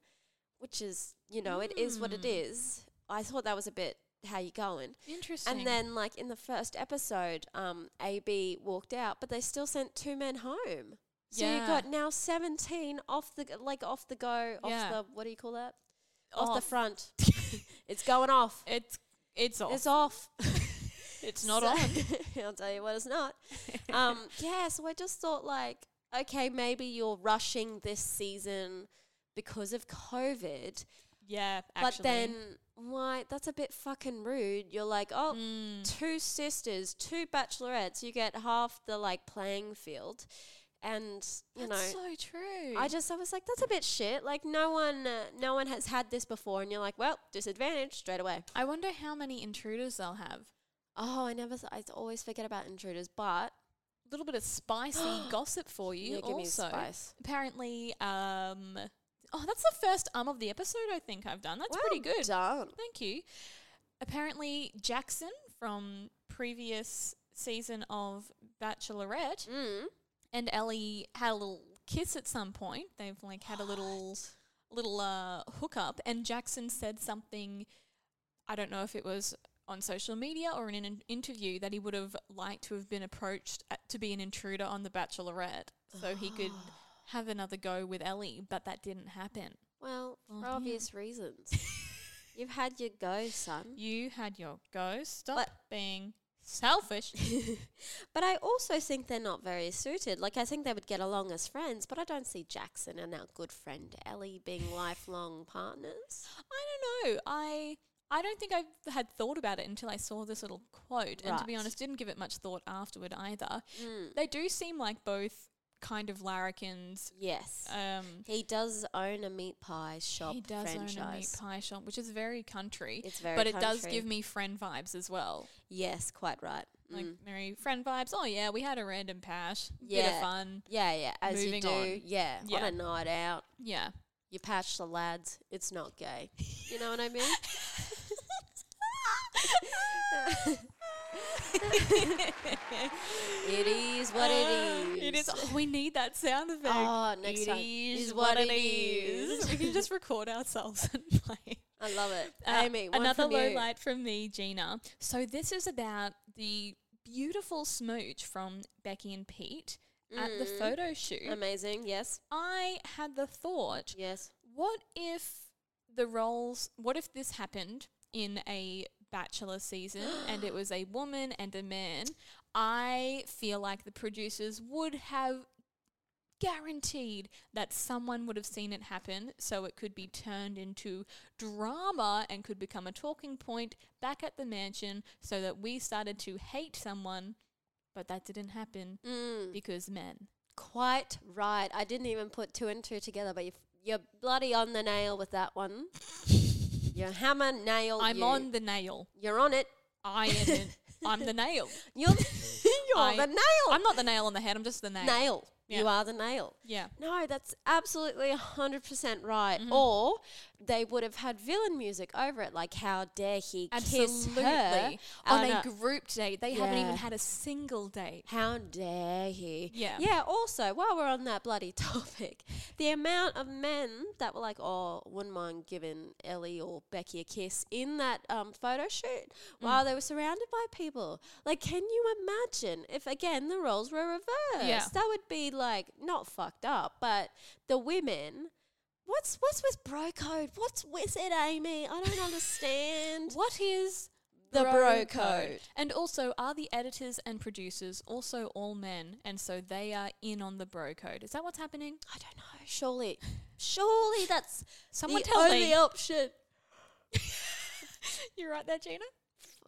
B: which is, you know, it is what it is. I thought that was a bit how you going.
C: Interesting.
B: And then, like in the first episode, um, AB walked out, but they still sent two men home. So
C: Yeah.
B: you got now seventeen off the g- like off the go, off
C: Yeah.
B: the what do you call that? Off, the
C: Off.
B: front. it's going off.
C: it's it's off.
B: It's off.
C: It's not
B: So-
C: on.
B: I'll tell you what, it's not. Um, yeah, so I just thought like, okay, maybe you're rushing this season because of COVID,
C: Yeah,
B: but then why? That's a bit fucking rude. You're like, oh, two sisters, two bachelorettes, you get half the like playing field, and you
C: that's
B: know.
C: so true.
B: I just I was like that's a bit shit like no one uh, no one has had this before and you're like well disadvantage straight away
C: I wonder how many intruders they'll have.
B: oh I never th- I always forget about intruders but
C: A little bit of spicy gossip for you.
B: Yeah, give me
C: also,
B: spice.
C: apparently, um, oh, that's the first um of the episode I think I've done. That's
B: Well
C: pretty good.
B: done.
C: Thank you. Apparently, Jackson from previous season of Bachelorette
B: Hmm.
C: and Ellie had a little kiss at some point. They've like had a little little uh, hookup, and Jackson said something. I don't know if it was on social media or in an in- interview that he would have liked to have been approached at, to be an intruder on The Bachelorette, so he could have another go with Ellie. But that didn't happen.
B: Well,
C: Well,
B: for
C: yeah.
B: obvious reasons. You've had your go, son.
C: You had your go. Stop
B: But-
C: being selfish.
B: But I also think they're not very suited. Like, I think they would get along as friends, but I don't see Jackson and our good friend Ellie being lifelong partners.
C: I don't know. I I don't think I had thought about it until I saw this little quote, and to be
B: Right. Mm.
C: honest, didn't give it much thought afterward either. They do seem like both kind of larrikins.
B: Yes.
C: Um,
B: he does own a meat pie shop
C: he does
B: franchise.
C: own a meat pie shop, which is very country.
B: It's very
C: but it does
B: country.
C: give me friend vibes as well.
B: Yes, quite right.
C: Like
B: Mm.
C: merry friend vibes. Oh yeah, we had a random pash. Bit
B: Yeah.
C: of fun.
B: Yeah, yeah. As
C: Moving
B: you do.
C: on.
B: Yeah,
C: Yeah.
B: On a night out,
C: Yeah.
B: you patch the lads. It's not gay. You know what I mean? It is what it is.
C: It is. oh, we need that sound effect.
B: Oh, next time. Is what it is.
C: we can just record ourselves and play.
B: I love it.
C: Uh,
B: Amy, one
C: another
B: from
C: low
B: you.
C: light from me, Gina. So this is about the beautiful smooch from Becky and Pete at the
B: Mm.
C: photo shoot.
B: Amazing. Yes.
C: I had the thought,
B: Yes.
C: what if the roles? What if this happened in a Bachelor season and it was a woman and a man? I feel like the producers would have guaranteed that someone would have seen it happen so it could be turned into drama and could become a talking point back at the mansion so that we started to hate someone but that didn't happen because men
B: Quite right. I didn't even put two and two together, but you you're bloody on the nail with that one. You're hammer nail.
C: i'm
B: you.
C: on the nail
B: You're on it.
C: i am in, i'm the nail
B: You're you're
C: I-
B: the nail.
C: i'm not the nail on the head i'm just the nail,
B: nail.
C: Yeah.
B: You are the nail.
C: yeah
B: No, that's absolutely 100% right.
C: Mm-hmm.
B: Or they would have had villain music over it, like how dare he kiss
C: absolutely uh,
B: her
C: on
B: on
C: a
B: a
C: group date they haven't even
B: Yeah.
C: had a single date
B: How dare he?
C: Yeah.
B: Yeah, also, while we're on that bloody topic, the amount of men that were like, oh, wouldn't mind giving Ellie or Becky a kiss in that um, photo
C: Mm.
B: shoot while they were surrounded by people. Like, can you imagine if, again, the roles were reversed?
C: Yeah.
B: That would be like, not fucked up, but the women. What's what's with bro code? What's with it, Amy? I don't understand.
C: What is
B: The bro code.
C: And also, are the editors and producers also all men, and so they are in on the bro code? Is that what's happening?
B: I don't know. Surely, surely that's
C: Someone
B: the
C: tell
B: only
C: me.
B: option.
C: You're right there, Gina.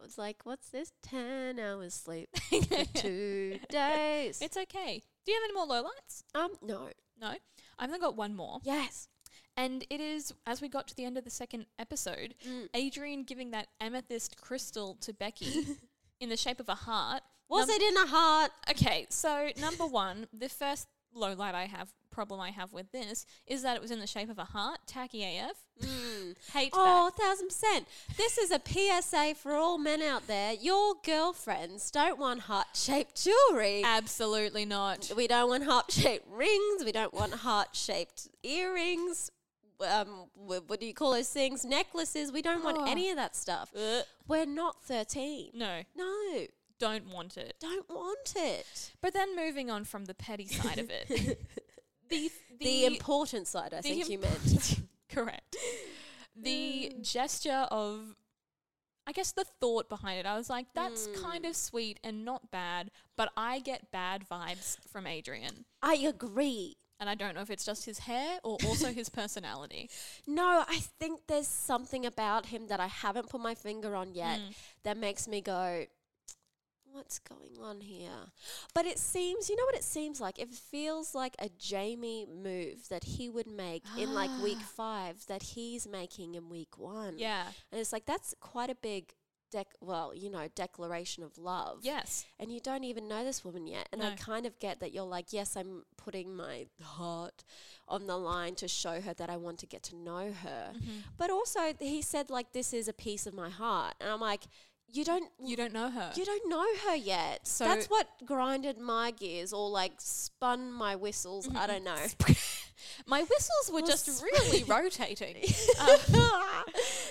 B: It's like, what's this? 10 hours sleep for two days.
C: It's okay. Do you have any more low lights?
B: um, no.
C: No, I've only got one more,
B: Yes.
C: and it is as we got to the end of the second episode,
B: Mm.
C: Adrian giving that amethyst crystal to Becky in the shape of a heart.
B: Was
C: Num-
B: it in a heart?
C: Okay, so number one, the first low light I have problem I have with this is that it was in the shape of a heart. Tacky AF. Hate
B: Oh,
C: that.
B: thousand percent. This is a PSA for all men out there. Your girlfriends don't want heart shaped jewelry.
C: Absolutely not.
B: we don't want heart shaped rings. We don't want heart shaped earrings. Um, wh- what do you call those things? Necklaces. We don't
C: Oh.
B: want any of that stuff.
C: Ugh.
B: We're not 13.
C: No,
B: Uh. No,
C: don't want it.
B: don't want it.
C: But then moving on from the petty side of it, the the,
B: The, important side, I
C: the
B: think you
C: imp-
B: meant. Mm.
C: correct. The gesture of, I guess, the thought behind it. I was like, that's kind
B: Mm.
C: of sweet and not bad, but I get bad vibes from Adrian,
B: I agree.
C: and I don't know if it's just his hair or also his personality.
B: No, I think there's something about him that I haven't put my finger on yet
C: Mm.
B: that makes me go, what's going on here? But it seems, you know what it seems like? It feels like a Jamie move that he would make in like week five that he's making in week one.
C: Ah. Yeah.
B: And it's like, that's quite a big. Dec- well, you know, declaration of love.
C: Yes.
B: And you don't even know this woman yet. And I
C: No.
B: kind of get that you're like, yes, I'm putting my heart on the line to show her that I want to get to know her.
C: Mm-hmm.
B: But also, th- he said, like, this is a piece of my heart. And I'm like, you don't.
C: You don't know her.
B: you don't know her yet.
C: So-
B: That's what grinded my gears or like spun my whistles.
C: Mm-hmm.
B: I don't know.
C: My whistles were just really rotating. Uh,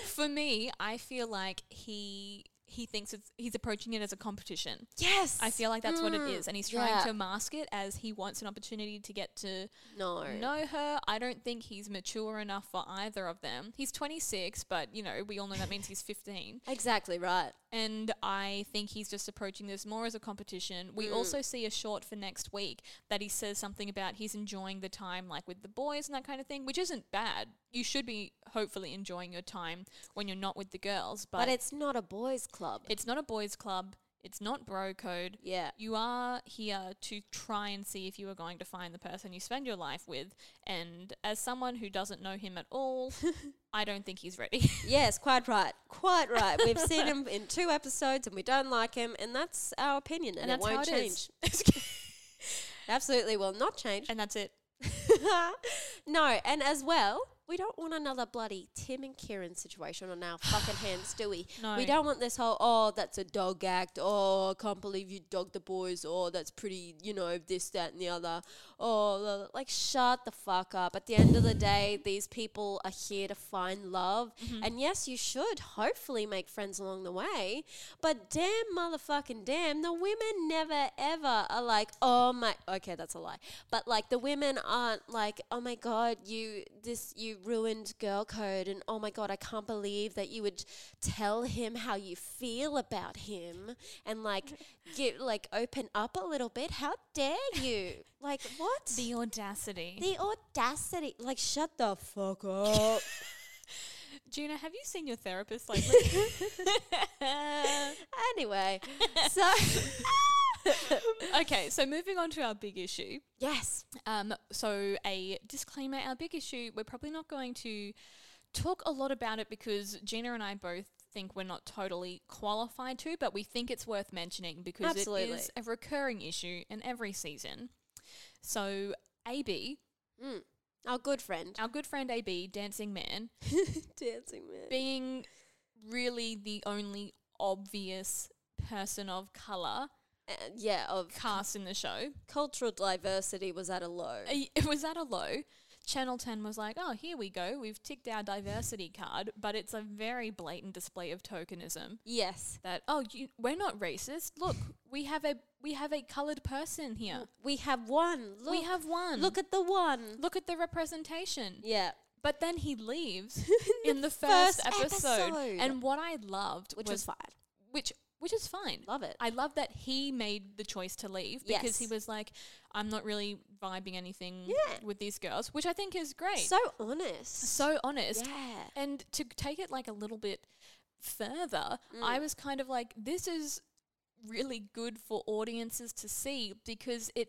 C: for me, I feel like he he thinks it's, he's approaching it as a competition.
B: yes. Mm.
C: I feel like that's what it is, and he's trying
B: yeah.
C: to mask it as he wants an opportunity to get to
B: No.
C: know her. I don't think he's mature enough for either of them. He's 26, but you know we all know that means he's 15.
B: Exactly right.
C: And I think he's just approaching this more as a competition. We also see a short for next week that he says something about he's enjoying the time, like with the boys and that kind of thing, which isn't bad. You should be hopefully enjoying your time when you're not with the girls, but,
B: But, it's not a boys' club.
C: it's not a boys' club. It's not bro code.
B: Yeah.
C: You are here to try and see if you are going to find the person you spend your life with. And as someone who doesn't know him at all, I don't think he's ready.
B: Yes, quite right. Quite right. We've seen him in two episodes and we don't like him, and that's our opinion, and, it
C: that's how
B: won't
C: it is.
B: change. Absolutely will not change.
C: and that's it.
B: no, and as well, we don't want another bloody Tim and Kieran situation on our fucking hands, do we?
C: No.
B: We don't want this whole, oh, that's a dog act. Oh, I can't believe you dogged the boys. Oh, that's pretty, you know, this, that, and the other. Oh, la- la- like, shut the fuck up. At the end of the day, these people are here to find love. And yes, you should hopefully make friends along the way. But damn, motherfucking damn, the women never, ever are like, oh my, okay, that's a lie. But like, the women aren't like, oh my God, you, this, you ruined girl code. And oh my God, I can't believe that you would tell him how you feel about him and like, get, like, open up a little bit. How dare you? Like, what?
C: The audacity.
B: the audacity. Like, shut the fuck up.
C: Gina, have you seen your therapist lately?
B: anyway, so,
C: okay, so moving on to our big issue.
B: yes.
C: Um, so a disclaimer, our big issue, we're probably not going to talk a lot about it because Gina and I both think we're not totally qualified to, but we think it's worth mentioning because it
B: Absolutely.
C: is a recurring issue in every season. So AB,
B: Our good friend.
C: our good friend AB, dancing man,
B: Dancing man.
C: being really the only obvious person of color
B: Uh, yeah, of
C: cast in the show.
B: cultural diversity was at a low.
C: I- it was at a low. Channel 10 was like, oh, here we go. We've ticked our diversity card, but it's a very blatant display of tokenism.
B: Yes.
C: That, oh, you, we're not racist. Look, we have a we have a colored person here.
B: We have one. Look,
C: we have one.
B: Look at the one.
C: look at the representation.
B: Yeah.
C: But then he leaves
B: In
C: in,
B: the
C: the, first,
B: first
C: episode.
B: episode.
C: And what I loved
B: Which
C: was
B: was fine.
C: which which is fine.
B: Love it.
C: I love that he made the choice to leave
B: Yes.
C: because he was like, I'm not really vibing anything
B: Yeah.
C: with these girls, which I think is great.
B: So honest.
C: so honest.
B: Yeah.
C: And to take it like a little bit further,
B: Mm.
C: I was kind of like, this is really good for audiences to see because it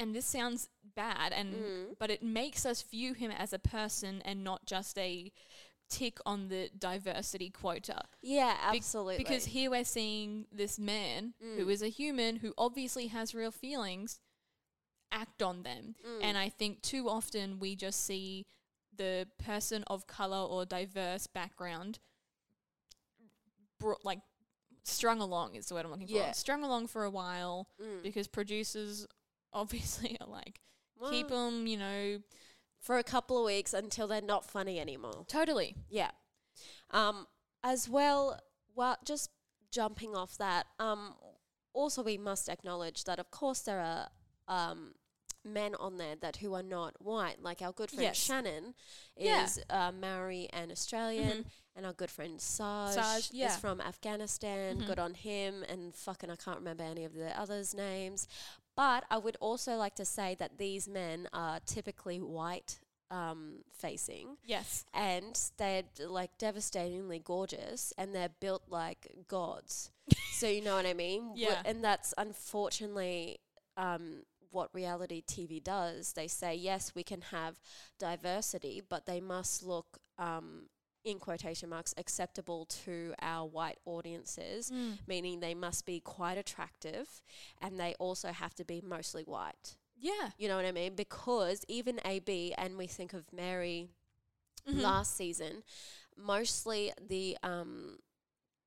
C: and this sounds bad and
B: Mm.
C: but it makes us view him as a person and not just a tick on the diversity quota.
B: yeah,
C: Be-
B: absolutely. Mm.
C: because here we're seeing this man who is a human who obviously has real feelings act on them.
B: Mm.
C: And I think too often we just see the person of color or diverse background bro- like strung along is the word I'm looking
B: Yeah. Mm.
C: for. Strung along for a while because producers obviously are like keep 'em, keep
B: Well-
C: them, you know,
B: for a couple of weeks until they're not funny anymore.
C: totally.
B: Yeah. Um, as well, well, just jumping off that, um, also we must acknowledge that, of course, there are um, men on there that who are not white, like our good friend
C: Yes.
B: Shannon
C: Yeah. Mm-hmm.
B: is uh, Maori and Australian, and our good friend Saj,
C: Saj, yeah. Mm-hmm.
B: is from Afghanistan. Good on him, and fucking I can't remember any of the others' names. But I would also like to say that these men are typically white um, facing
C: Yes.
B: and they're d- like devastatingly gorgeous and they're built like gods. so you know what I mean? Wh-
C: Yeah.
B: And that's unfortunately um, what reality TV does. They say, yes, we can have diversity, but they must look. Um, in quotation marks, acceptable to our white audiences, meaning they must be quite attractive and they also have to be mostly white.
C: Yeah.
B: You know what I mean? Because even AB, and we think of Mary
C: Mm-hmm.
B: last season, mostly the um,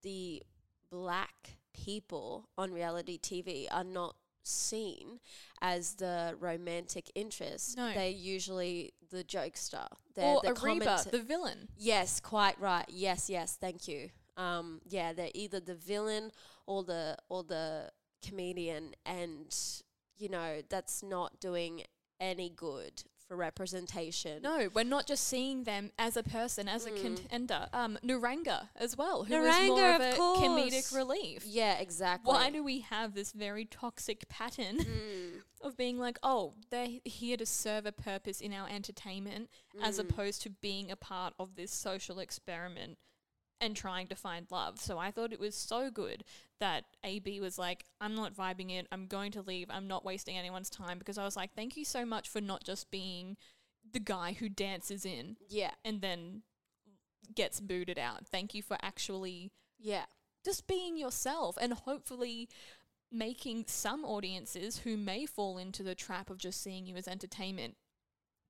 B: the black people on reality TV are not seen as the romantic interest.
C: No.
B: They're usually the jokester. They're
C: Or
B: the
C: Ariba,
B: commenta-
C: the villain.
B: Yes, quite right. Yes, yes. Thank you. Um, yeah, they're either the villain or the or the comedian, and you know that's not doing any good for representation.
C: No, we're not just seeing them as a person, as a contender. Um, Naranga as well, who is more
B: Hmm. Naranga,
C: of a
B: of course.
C: comedic relief.
B: Yeah, exactly.
C: Why do we have this very toxic pattern of being like, oh, they're h- here to serve a purpose in our entertainment as opposed to being a part of this social experiment and trying to find love? So I thought it was so good that AB was like, I'm not vibing it. I'm going to leave. I'm not wasting anyone's time because I was like, thank you so much for not just being the guy who dances in
B: yeah,
C: and then gets booted out. Thank you for actually
B: yeah,
C: just being yourself and hopefully making some audiences who may fall into the trap of just seeing you as entertainment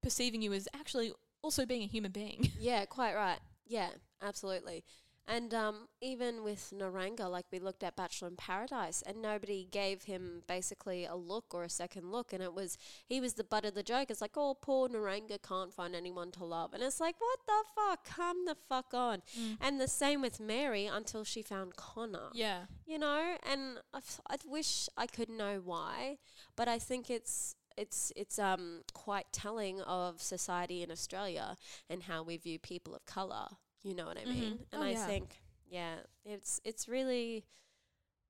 C: perceiving you as actually also being a human being.
B: yeah. Quite right. Yeah, absolutely. And um, even with Naranga, like we looked at Bachelor in Paradise, and nobody gave him basically a look or a second look, and it was he was the butt of the joke. It's like, oh, poor Naranga can't find anyone to love, and it's like, what the fuck? Come the fuck on.
C: Mm.
B: And the same with Mary until she found Connor.
C: Yeah.
B: you know and I, f- I wish i could know why but i think it's it's it's um quite telling of society in australia and how we view people of color you know what i mean and
C: Oh,
B: i
C: yeah.
B: think yeah it's it's really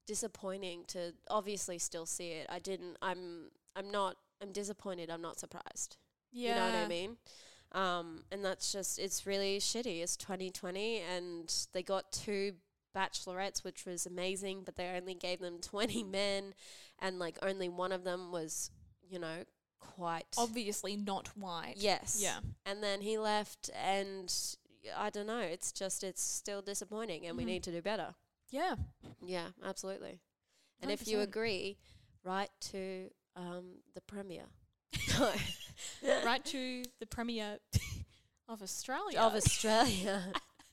B: disappointing to obviously still see it i didn't i'm i'm not i'm disappointed i'm not surprised you know what I mean? Um, and that's just, it's really shitty. It's 2020 and they got two bachelorettes, which was amazing, but they only gave them 20 men and like only one of them was, you know, quite.
C: Obviously not white.
B: yes.
C: Yeah.
B: And then he left and I don't know. It's just, it's still disappointing and we
C: Mm-hmm.
B: need to do better.
C: Yeah.
B: Yeah, absolutely. And if you
C: 100%.
B: agree, write to um, the premier. No.
C: right to the premier of Australia.
B: of Australia.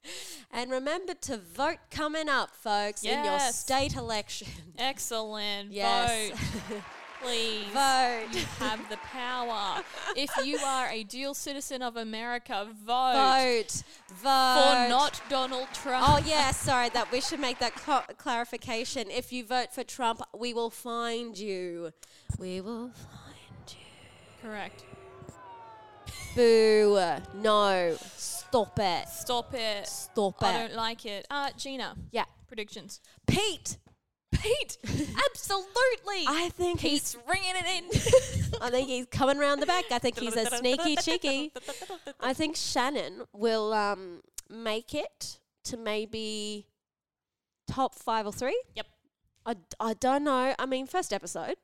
B: and remember to vote coming up, folks, in your
C: Yes.
B: state election.
C: Excellent.
B: Yes.
C: Vote. Please.
B: Vote.
C: You have the power. if you are a dual citizen of America, vote.
B: Vote. Vote.
C: For not Donald Trump.
B: Oh yeah, sorry. That we should make that cl- clarification. If you vote for Trump, we will find you. We will find you.
C: Correct.
B: Boo! No, stop it.
C: Stop it.
B: Stop
C: I
B: it.
C: don't like it. Uh, Gina,
B: Yeah,
C: predictions.
B: Pete.
C: Pete, absolutely.
B: I think he's.
C: Pete's ringing it in.
B: I think he's coming round the back. I think he's a sneaky cheeky. I think Shannon will um, make it to maybe top five or three.
C: yep.
B: I, I don't know. I mean, first episode,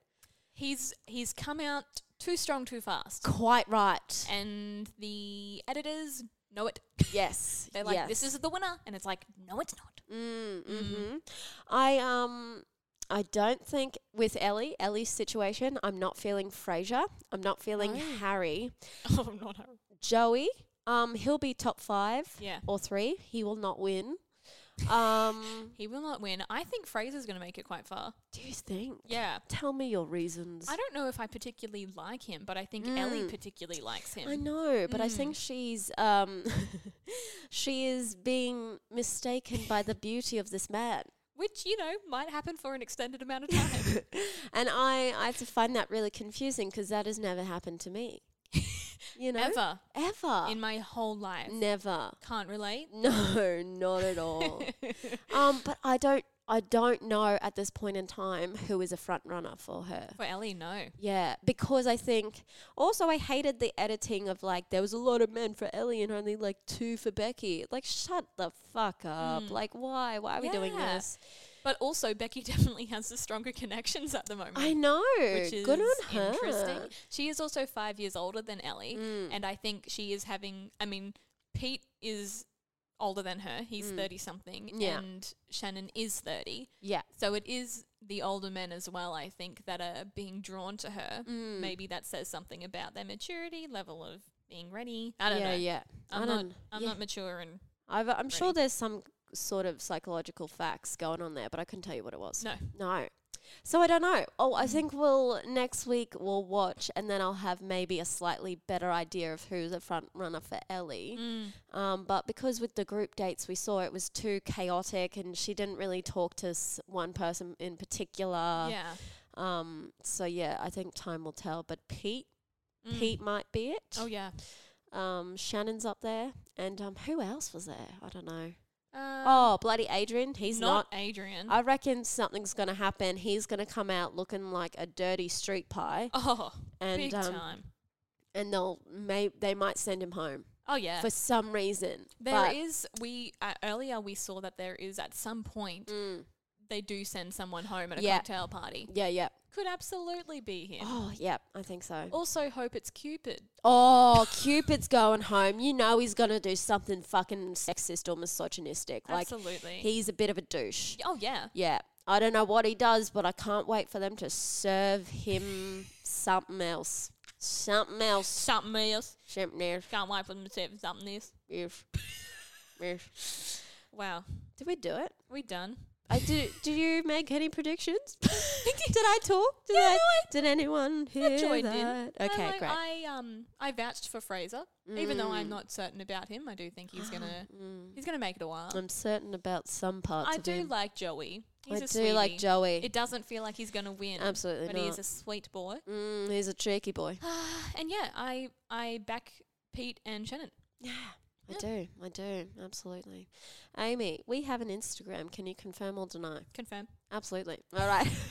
C: He's he's come out too strong, too fast,
B: quite right.
C: and the editors know it.
B: Yes,
C: They're like, mm-hmm."
B: yes.
C: this is the winner, and it's like, no, it's not.
B: Mm, hmm I Mm-hmm. um, I don't think with Ellie, Ellie's situation, I'm not feeling Frasier. I'm not feeling Harry.
C: Oh, not her.
B: Joey, um, he'll be top five
C: Yeah.
B: or three. He will not win. Um,
C: He will not win. I think Fraser's going to make it quite far.
B: do you think?
C: Yeah.
B: Tell me your reasons.
C: I don't know if I particularly like him, but I think Ellie particularly likes him.
B: Mm.
C: Hmm.
B: I know, but I think she's um, she is being mistaken by the beauty of this man,
C: Which, you know, might happen for an extended amount of time.
B: and I I just find that really confusing because that has never happened to me. You know,
C: Ever.
B: ever,
C: In my whole life.
B: never.
C: Can't relate.
B: No, not at all. um, but I don't I don't know at this point in time who is a front runner for her.
C: For Ellie, no.
B: Yeah, because I think also I hated the editing of like there was a lot of men for Ellie and only like two for Becky. Like shut the fuck up. Like why? Why are we doing
C: Mm. Yeah.
B: this?
C: But also, Becky definitely has the stronger connections at the moment.
B: I know.
C: Which is
B: Good on her. Mm.
C: interesting. She is also five years older than Ellie, and I think she is having. I mean, Pete is older than her. He's thirty something,
B: Mm. Yeah.
C: and Shannon is thirty.
B: Yeah.
C: So it is the older men as well. I think that are being drawn to her.
B: Mm.
C: Maybe that says something about their maturity level of being ready. I don't
B: yeah,
C: know.
B: yeah.
C: I'm
B: I
C: not.
B: don't-
C: I'm
B: yeah.
C: not mature, and
B: I've, I'm sure there's some sort of psychological facts going on there, but I couldn't tell you what it was.
C: No. Mm.
B: No. So I don't know. Oh, I think we'll next week we'll watch, and then I'll have maybe a slightly better idea of who's a front runner for Ellie.
C: Mm.
B: Um, but because with the group dates we saw, it was too chaotic, and she didn't really talk to s- one person in particular.
C: yeah.
B: Um. So yeah, I think time will tell. But Pete, Pete might be it.
C: Mm. Oh yeah.
B: Um. Shannon's up there, and um, who else was there? I don't know.
C: Uh,
B: Oh, bloody Adrian. He's not.
C: not, Adrian.
B: I reckon something's going to happen. He's going to come out looking like a dirty street pie,
C: oh,
B: and,
C: big
B: um,
C: time.
B: and they'll may they might send him home
C: Oh yeah.
B: for some reason.
C: There
B: But
C: is we uh, earlier we saw that there is at some point they do send someone home at a
B: Mm. Yeah.
C: cocktail party.
B: yeah, yeah.
C: Could absolutely be him.
B: Oh, yeah. I think so.
C: Also, hope it's Cupid.
B: Oh, Cupid's going home. You know he's going to do something fucking sexist or misogynistic. Like
C: Absolutely.
B: he's a bit of a douche.
C: Oh yeah,
B: Yeah. I don't know what he does, but I can't wait for them to serve him something else. Something else.
C: something else.
B: Something else.
C: Can't wait for them to say something else.
B: Yes. yes.
C: Wow,
B: Did we do it?
C: we done.
B: I did. Did you make any predictions? did I talk? Did, I, did anyone hear
C: I joined
B: that?
C: in.
B: Okay,
C: I,
B: great. Mm.
C: I um I vouched for Fraser, even though I'm not certain about him. I do think he's gonna he's gonna make it a while.
B: I'm certain about some parts
C: I
B: of
C: do
B: him.
C: like Joey. He's
B: I
C: a
B: do like
C: sweetie.
B: Joey.
C: It doesn't feel like he's gonna win.
B: Absolutely
C: but he is
B: not.
C: a sweet boy.
B: Mm, he's a cheeky boy.
C: And yeah, I I back Pete and Shannon.
B: Yeah, I do. I do. Absolutely. Amy, we have an Instagram. Can you confirm or deny?
C: Confirm.
B: Absolutely. All right.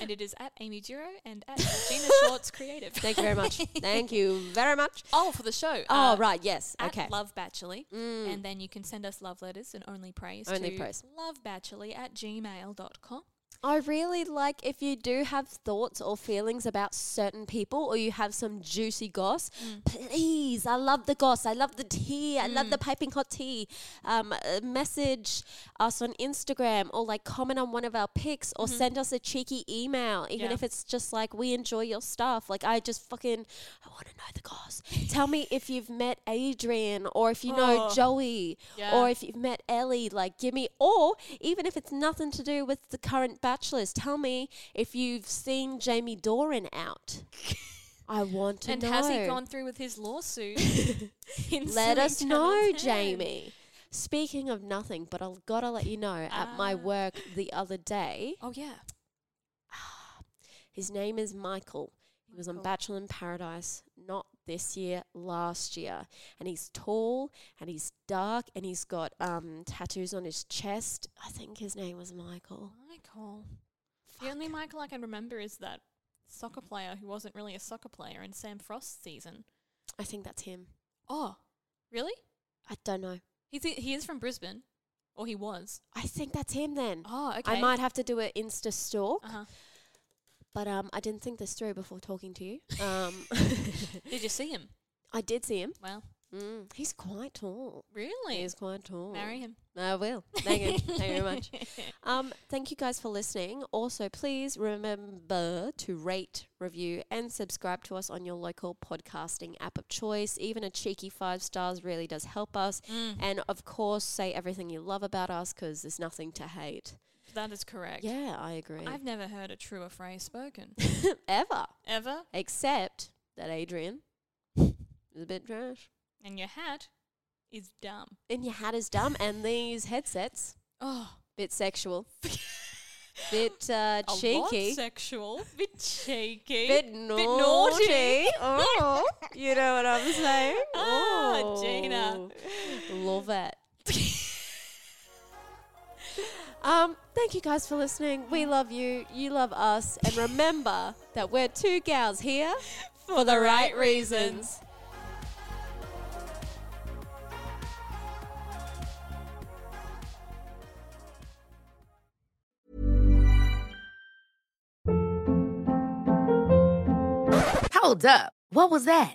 C: And it is at Amy Duro and at Gina Shorts Creative.
B: Thank you very much. Thank you very much.
C: Oh, for the show.
B: Oh,
C: uh,
B: right. Yes.
C: At
B: okay. Mm.
C: Love Bachelorly. And then you can send us love letters and only praise
B: Only
C: to
B: praise.
C: lovebachelorly at gmail.com.
B: I really like if you do have thoughts or feelings about certain people or you have some juicy goss,
C: Mm.
B: please, I love the goss. I love the tea. I love the
C: Mm.
B: piping hot tea. Um, uh, message us on Instagram or like comment on one of our pics or send us a cheeky email, even
C: Mm-hmm. Yeah.
B: if it's just like, we enjoy your stuff. Like, I just fucking, I want to know the goss. Tell me if you've met Adrian or if you know
C: Oh.
B: Joey
C: Yeah.
B: or if you've met Ellie, like give me, or even if it's nothing to do with the current bachelors, tell me if you've seen Jamie Doran out. I want to
C: and
B: know.
C: has he gone through with his lawsuit? in
B: Let
C: Silly
B: us
C: Channel
B: know,
C: 10?
B: Jamie. Speaking of nothing, but I've got to let you know at my
C: Ah.
B: work the other day,
C: Oh, yeah.
B: his name is Michael. He was on
C: Michael.
B: Bachelor in Paradise, not this year, last year. And he's tall and he's dark and he's got um, tattoos on his chest. I think his name was Michael.
C: Michael. The only Michael I can remember is that soccer player who wasn't really a soccer player in Sam Frost's season.
B: I think that's him.
C: Oh, really?
B: I don't know.
C: He's, he is from Brisbane, or he was.
B: I think that's him then.
C: Oh,
B: I
C: okay.
B: might have to do an Insta stalk,
C: Uh-huh.
B: but um, I didn't think this through before talking to you. Um,
C: Did you see him?
B: I did see him.
C: Well,
B: Mm, he's quite tall.
C: Really?
B: He is quite tall.
C: Marry him.
B: I will. Thank you. Thank you very much. Um, thank you guys for listening. Also, please remember to rate, review, and subscribe to us on your local podcasting app of choice. Even a cheeky five stars really does help us.
C: Mm.
B: And of course, say everything you love about us because there's nothing to hate.
C: That is correct.
B: Yeah, I agree.
C: I've never heard a truer phrase spoken.
B: Ever.
C: Ever.
B: Except that Adrian is a bit trash.
C: And your hat is dumb.
B: And your hat is dumb, and these headsets,
C: Oh.
B: bit sexual, bit uh,
C: A lot
B: cheeky.
C: sexual. Bit cheeky.
B: bit naughty. oh, you know what I'm saying?
C: Ah,
B: oh,
C: Gina.
B: love it. um, thank you guys for listening. We love you. You love us, and remember that we're two gals here for the right reasons.
D: Hold up. What was that?